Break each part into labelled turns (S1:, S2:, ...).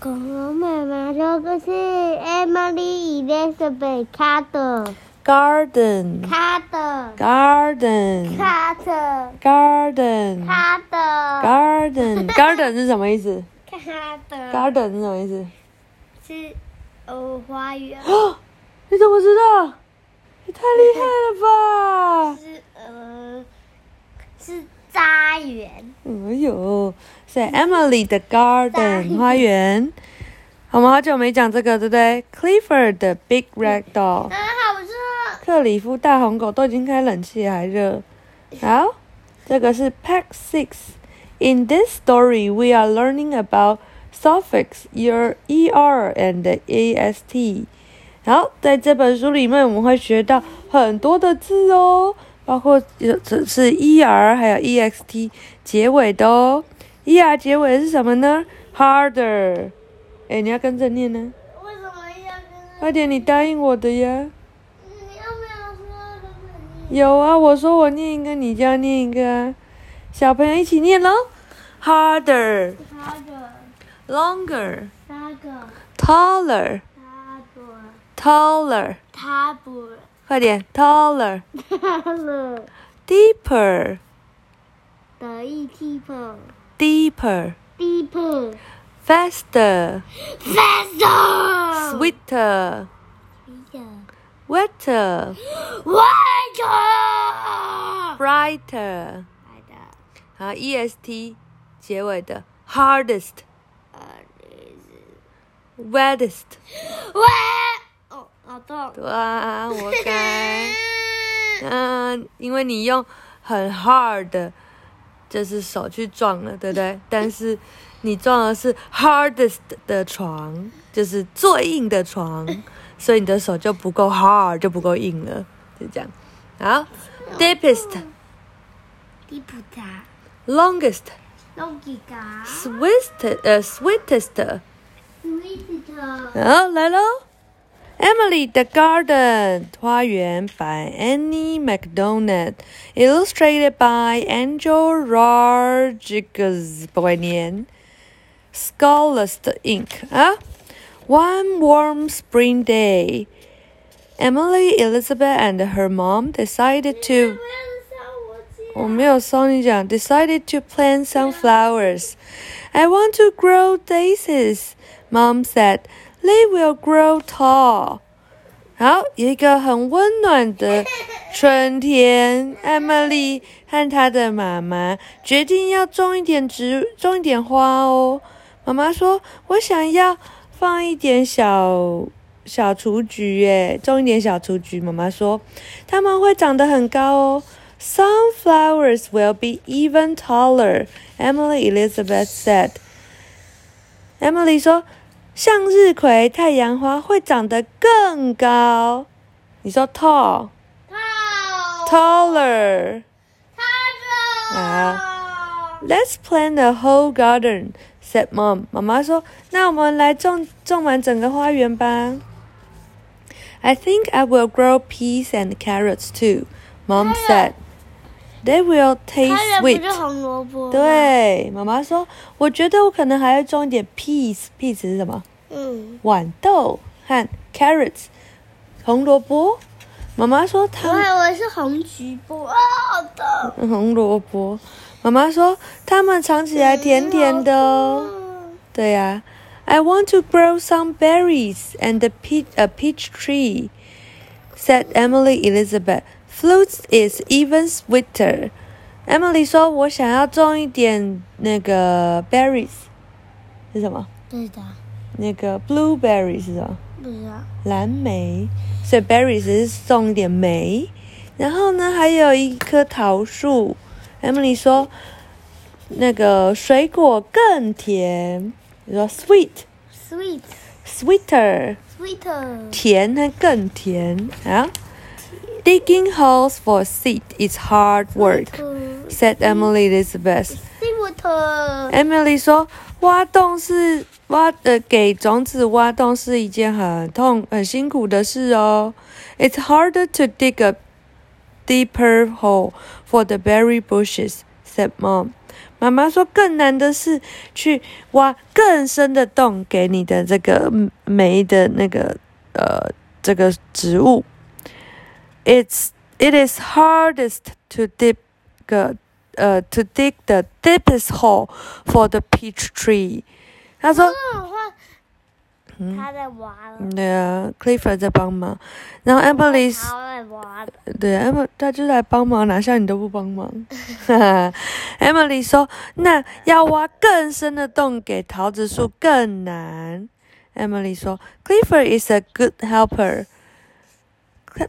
S1: 恐龙妈妈说故事，Emily Elizabeth Carter
S2: garden
S1: Carter
S2: garden
S1: Carter
S2: garden
S1: Carter
S2: garden garden 是什么意思
S1: Carter
S2: ？garden 是什么意思？
S1: 是哦花园，
S2: 哦，你怎么知道？你太厉害了吧！
S1: 是呃是家园，
S2: 哎呦，是 Emily 的 Garden 花园。我们好久没讲这个，对不对？Clifford 的 Big Red
S1: 啊
S2: Dog，
S1: 好热，
S2: 克里夫大红狗都已经开冷气了还热。好，这个是 Pack Six。In this story, we are learning about suffix er er and ast。好，在这本书里面，我们会学到很多的字哦，包括有这是 er 还有 ext 结尾的哦。er 结尾是什么呢？harder。哎，你要跟着念呢，
S1: 为什么要跟？
S2: 快点，你答应我的呀。
S1: 你又没有说如果你
S2: 有啊，我说我念一个，你就要念一个啊，小朋友一起念喽。Harder,
S1: 他的
S2: longer,
S1: 那个
S2: taller,
S1: 他的
S2: taller，
S1: 他不
S2: 快点，taller,
S1: 他了
S2: deeper,
S1: 得意 people
S2: deeper,
S1: people
S2: faster,
S1: faster
S2: sweeter, wetter,
S1: waiter
S2: brighter。
S1: 来的
S2: 好，est 结尾的 hardest,
S1: 呃就是
S2: wettest。
S1: 喂哦好痛
S2: 哇，我该。嗯，因为你用很 hard 的，就是手去撞了，对不对？但是你撞的是 hardest 的床，就是最硬的床，所以你的手就不够 hard，就不够硬了，就这样。好，deepest,
S1: 地普达
S2: longest,
S1: 弄几个
S2: sweetest，呃，sweetest。
S1: sweet
S2: 好，来喽。Emily the Garden 花园 by Annie MacDonald illustrated by Angel Rodriguez 不会念 Scholars Inc 啊 One warm spring day Emily Elizabeth and her mom decided to 我没有收你讲，decided to plant some flowers. I want to grow daisies. Mom said, they will grow tall. 好，有一个很温暖的春天，艾玛丽和她的妈妈决定要种一点植，种一点花哦。妈妈说：“我想要放一点小小雏菊，耶，种一点小雏菊。”妈妈说：“它们会长得很高哦。” Some flowers will be even taller, Emily Elizabeth said. Emily 说：“向日葵、太阳花会长得更高。”你说 tall,
S1: 套
S2: taller.
S1: 他的
S2: 啊 Let's plant the whole garden, said mom. 妈妈说：“那我们来种种满整个花园吧。” I think I will grow peas and carrots too, mom said. They will
S1: 他的
S2: taste
S1: 不
S2: sweet.
S1: 是红萝卜吗，
S2: 对，妈妈说，我觉得我可能还要种一点 peas，peas 是什么？
S1: 嗯，
S2: 豌豆和 carrots，红萝卜。妈妈说
S1: 我
S2: 他
S1: 还以为是红菊波啊，好痛。
S2: 们红萝卜，妈妈说它们尝起来甜甜的哦。对呀、i want to grow some berries and a peach a peach tree," said Emily Elizabeth. "Fruits is even sweeter." Emily 说：“我想要种一点那个 berries 是什么？”
S1: 对的，
S2: 那个 blueberry 是什么？
S1: 不知道。
S2: 蓝莓，所以 berry 只是送一点莓。然后呢，还有一棵桃树。Emily 说，那个水果更甜。你说 sweet
S1: Sweet,
S2: sweeter
S1: sweeter.
S2: 甜和更甜啊。Digging holes for seed is hard work," said Emily Elizabeth.
S1: Sweeter.
S2: Emily 说，挖洞是挖呃给种子挖洞是一件很痛很辛苦的事哦。It's harder to dig a deeper hole for the berry bushes," said mom. 妈妈说，更难的是去挖更深的洞给你的这个梅的那个呃这个植物。It's it is hardest to dig 个呃 to dig the deepest hole for the peach tree。他说，嗯
S1: 他在挖了，
S2: 对啊，Clifford 在帮忙，然后 Emily
S1: 他在挖了，
S2: 对，Emily 他就来帮忙，哪像你都不帮忙。Emily 说：“那要挖更深的洞给桃子树更难。” Emily 说：“Clifford is a good helper。”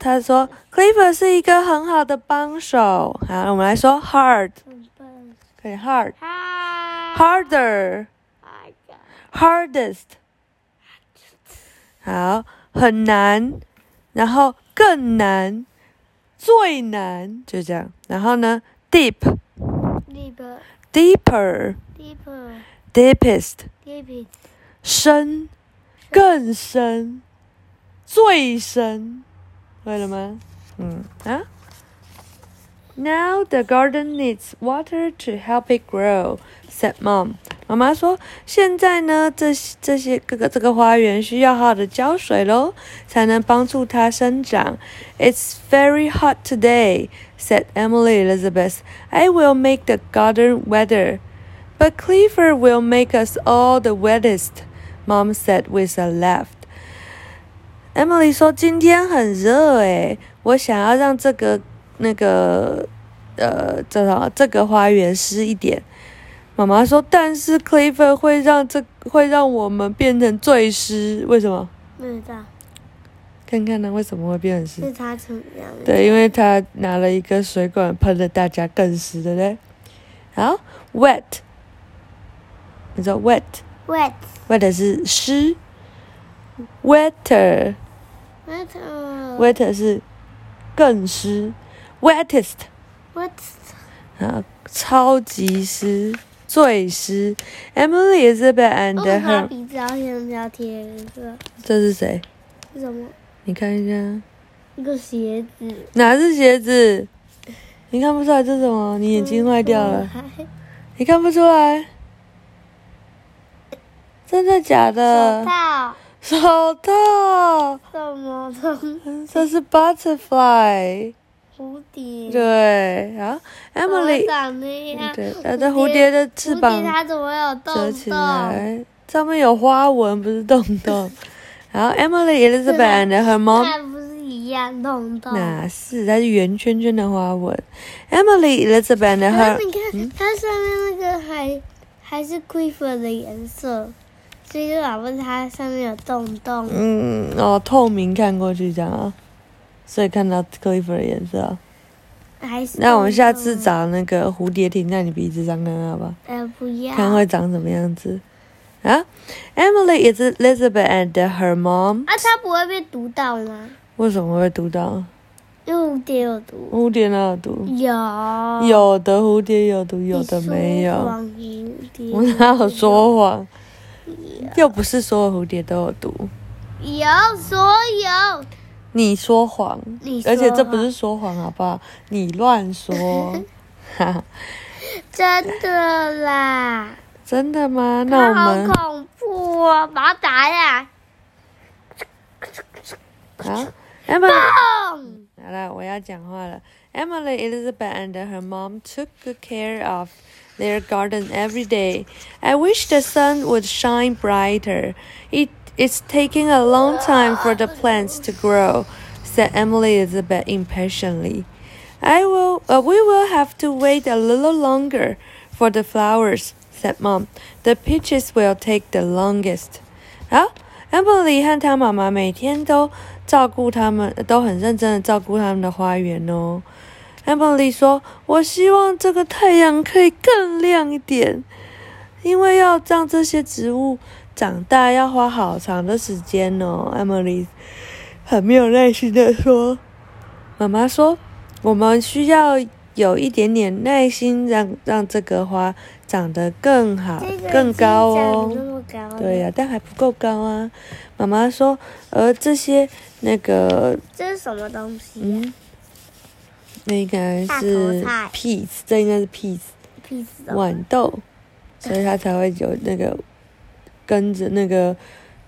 S2: 他说：“Clifford 是一个很好的帮手。”好，我们来说 hard，
S1: 很笨。
S2: 可以 hard
S1: 哈，
S2: harder hardest。好，很难，然后更难，最难，就这样。然后呢，deep
S1: ，deep
S2: deeper
S1: deep
S2: deepest。
S1: deep
S2: 深，更深，最深，会了吗？嗯啊。Now the garden needs water to help it grow," said mom. 妈妈说，现在呢，这些这些各个这个花园需要好好的浇水喽，才能帮助它生长。It's very hot today," said Emily Elizabeth. "I will make the garden wetter." But Clifford will make us all the wettest, Mom said with a laugh. Emily 说：“今天很热诶，我想要让这个那个呃，这什么这个花园湿一点。”妈妈说：“但是 Clifford 会让这会让我们变成最湿，为什么？
S1: 不知道
S2: 看看呢，为什么会变成湿
S1: 是？他怎么样的？
S2: 对，因为他拿了一个水管喷了大家更湿，对不对？好，wet，你知道 wet？”
S1: wet
S2: 或者是湿，wetter
S1: wet
S2: wetter 是更湿，wettest
S1: wet
S2: 啊，超级湿，最湿。Emily Elizabeth and
S1: 我把
S2: her，
S1: 鼻子好像要贴一个
S2: 这是谁？
S1: 是什么？
S2: 你看一下，
S1: 一个鞋子。
S2: 哪是鞋子？你看不出来这是什么？你眼睛坏掉
S1: 嗯
S2: 了，你看不出来？真的假
S1: 手
S2: 的？
S1: 套
S2: 手套，
S1: 什么的？
S2: 这是 butterfly。
S1: 蝴蝶。
S2: 对，好，Emily
S1: 怎么长那样？
S2: 嗯对，它的蝴蝶的翅
S1: 蝴
S2: 膀
S1: 蝶它怎么有洞
S2: 折
S1: 洞？
S2: 起来，上面有花纹，不是洞 洞。然后 Emily Elizabeth
S1: 是
S2: and her mom
S1: 那不是一样洞洞？
S2: 哪是？它是圆圈圈的花纹。Emily Elizabeth and
S1: 可
S2: her
S1: 是你看，它上面那个还还是 Quiver 的颜色，所以就老问它上面有洞洞。
S2: 嗯哦，透明看过去这样啊，所以看到 Clifford 的颜色啊。
S1: 还是
S2: 那我们下次
S1: 洞洞
S2: 找那个蝴蝶停在你鼻子上看看好不好？
S1: 呃不要
S2: 看会长什么样子啊？Emily is Elizabeth and her mom
S1: 啊，它不会被毒到吗？
S2: 为什么会读到？
S1: 因为蝴蝶有毒。
S2: 蝴蝶哪有毒？
S1: 有
S2: 有的蝴蝶有毒，
S1: 你
S2: 嗯有的没
S1: 说
S2: 有。
S1: 谎蝴蝶
S2: 我哪有说谎？ 又不是所有蝴蝶都有毒。
S1: 有所有，
S2: 你说谎，
S1: 你说
S2: 而且这不
S1: 谎
S2: 是说谎，好不好？你乱说。哈哈，
S1: 真的啦，
S2: 真的吗？那我
S1: 它
S2: 们
S1: 好恐怖哦，把它打呀，
S2: 啊，Emily，
S1: 砰！
S2: 好了，我要讲话了。Emily Elizabeth and her mom took good care of their garden every day. I wish the sun would shine brighter. It it's taking a long time for the plants to grow, said Emily Elizabeth impatiently. I will uh, we will have to wait a little longer for the flowers, said mom. The peaches will take the longest. 好，Emily 和她妈妈每天都照顾他们，都很认真的照顾他们的花园哦。Emily 说：“我希望这个太阳可以更亮一点，因为要让这些植物长大要花好长的时间哦。”Emily 很没有耐心的说：“妈妈说，我们需要有一点点耐心让，让这个花长得更好、
S1: 这个
S2: 更高哦。”
S1: 已经长那么高了，
S2: 对呀、但还不够高啊。妈妈说，呃，这些那个，
S1: 这是什么东西？
S2: 嗯，那应该
S1: 大头
S2: 是
S1: 菜
S2: peas，这应该是 peas，
S1: 屁事哦。
S2: 豌豆，所以它才会有那个跟着那个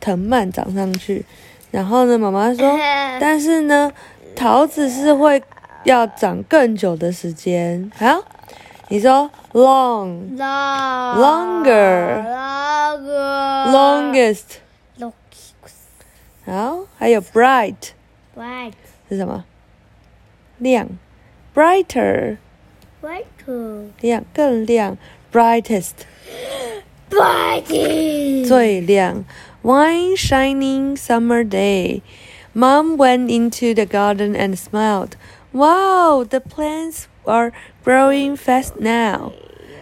S2: 藤蔓长上去。然后呢，妈妈 说，但是呢，桃子是会要长更久的时间。好，你说 long
S1: longer 呃 longer
S2: longest，好，还有 bright 是什么？亮，brighter 亮更亮，brightest
S1: bright
S2: 最亮。One shining summer day, Mom went into the garden and smiled. Wow, the plants are growing fast now.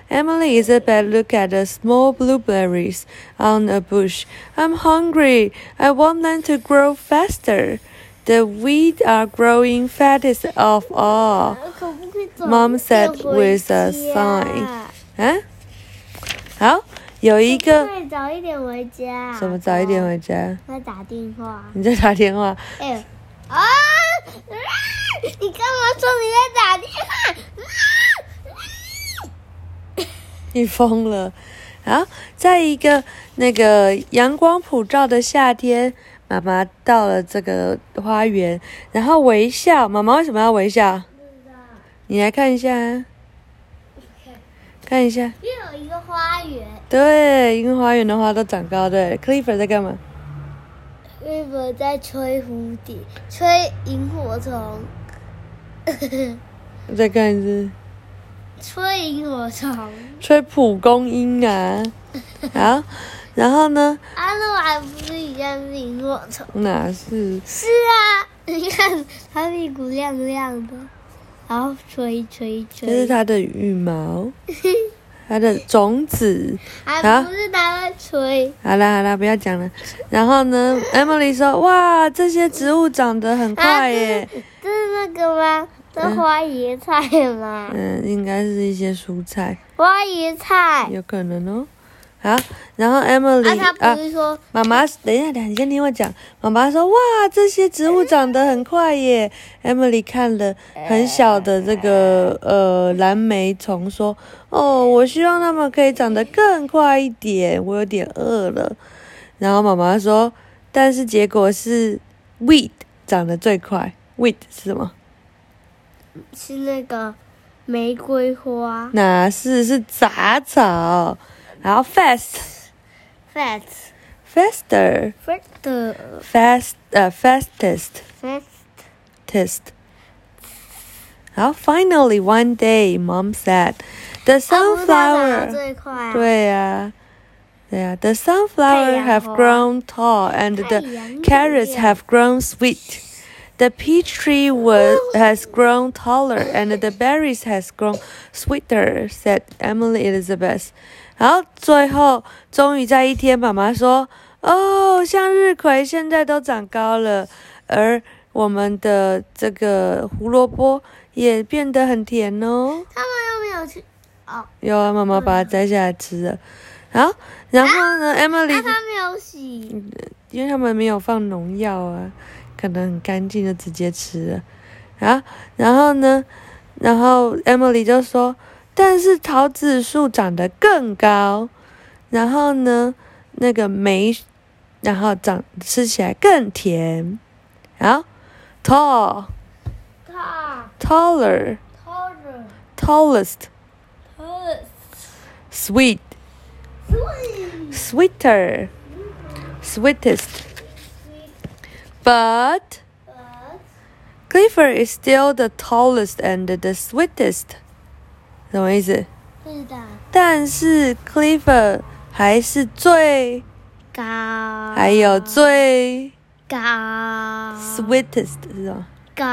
S2: Emily Isabel looked at the small blueberries on a bush. I'm hungry. I want them to grow faster. The weeds are growing fattest of all.
S1: 可不可以走
S2: Mom said
S1: 一个回
S2: with
S1: 家
S2: a sigh 啊，好，有一
S1: 可
S2: 个
S1: 不可以早一点回家。
S2: 什么早一点？回家？
S1: 他打电话。
S2: 你在打电话？
S1: 哎、啊！啊你干嘛说你在打电话？
S2: 你疯了！啊，在一个那个阳光普照的夏天，妈妈到了这个花园，然后微笑。妈妈为什么要微笑？你来看一下、啊，看一下。
S1: 又有一个花园，
S2: 对，因为花园的花都长高。对，Clifford 在干嘛？
S1: 瑞博在吹蝴蝶，吹萤火虫，
S2: 再看一次。
S1: 吹萤火虫。
S2: 吹蒲公英啊，好，然后呢？
S1: 啊，那还不是一样是萤火虫？
S2: 哪是？
S1: 是啊， 你看它屁股亮亮的，然后吹吹
S2: 这
S1: 吹，
S2: 是它的羽毛，它的种子。
S1: 还不是它会吹。
S2: 好啦好啦，不要讲了。然后呢，Emily 说：“哇，这些植物长得很快耶。
S1: 这是那个吗？这花椰菜吗？
S2: 嗯，应该是一些蔬菜，
S1: 花椰菜。
S2: 有可能哦。好，然后 Emily
S1: 啊，他不是说
S2: 妈妈，等一下，等一下，你先听我讲。妈妈说：“哇，这些植物长得很快耶。”Emily 看了很小的这个呃蓝莓虫，说：“哦，我希望它们可以长得更快一点，我有点饿了。”然后妈妈说：“但是结果是 wheat 长得最快。wheat 是什么？
S1: 是那个玫瑰花
S2: 哪是是杂草？然后 fast
S1: ，fat
S2: faster
S1: fat 的
S2: fast 呃 fastest。”
S1: fat
S2: test. Now, finally, one day, mom said, "The
S1: Oh, 长得
S2: sunflower."
S1: 最快啊，
S2: 对呀，对呀，The
S1: 太
S2: sunflower have
S1: 阳花。
S2: grown tall, and the
S1: 太阳月亮。
S2: carrots have grown sweet. The peach tree was has grown taller, and the berries has grown sweeter," said Emily Elizabeth. 然后最后，终于在一天，妈妈说：“哦，向日葵现在都长高了，而我们的这个胡萝卜也变得很甜哦。
S1: 他们又没有去哦，”
S2: 有啊，妈妈把它摘下来吃了。好，然后呢
S1: 那
S2: ，Emily，
S1: 啊他没有洗，
S2: 因为他们没有放农药啊，可能很干净的直接吃了。啊，然后呢，然后 Emily 就说，但是桃子树长得更高，然后呢，那个梅，然后长吃起来更甜。好，tall
S1: 他
S2: taller
S1: 拖着
S2: tallest
S1: 拖着，
S2: sweet
S1: 所以
S2: sweeter sweetest but Clifford is still the tallest and the sweetest，什么意思？
S1: 不知道
S2: 但是 Clifford 还是最，
S1: 高，
S2: 还有最
S1: 高
S2: sweetest 是吗？
S1: 高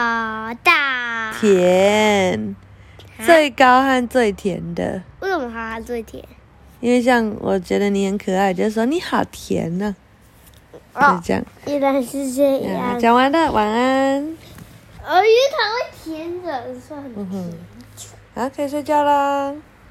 S1: 大，
S2: 甜，最高和最甜的。
S1: 为什么它最甜？
S2: 因为像我觉得你很可爱，就说你好甜呢、
S1: 哦
S2: 就这样。
S1: 依然是这样哦
S2: 啊，。讲完了，晚安。
S1: 鳄鱼它会舔着，算很甜。
S2: 啊，可以睡觉啦。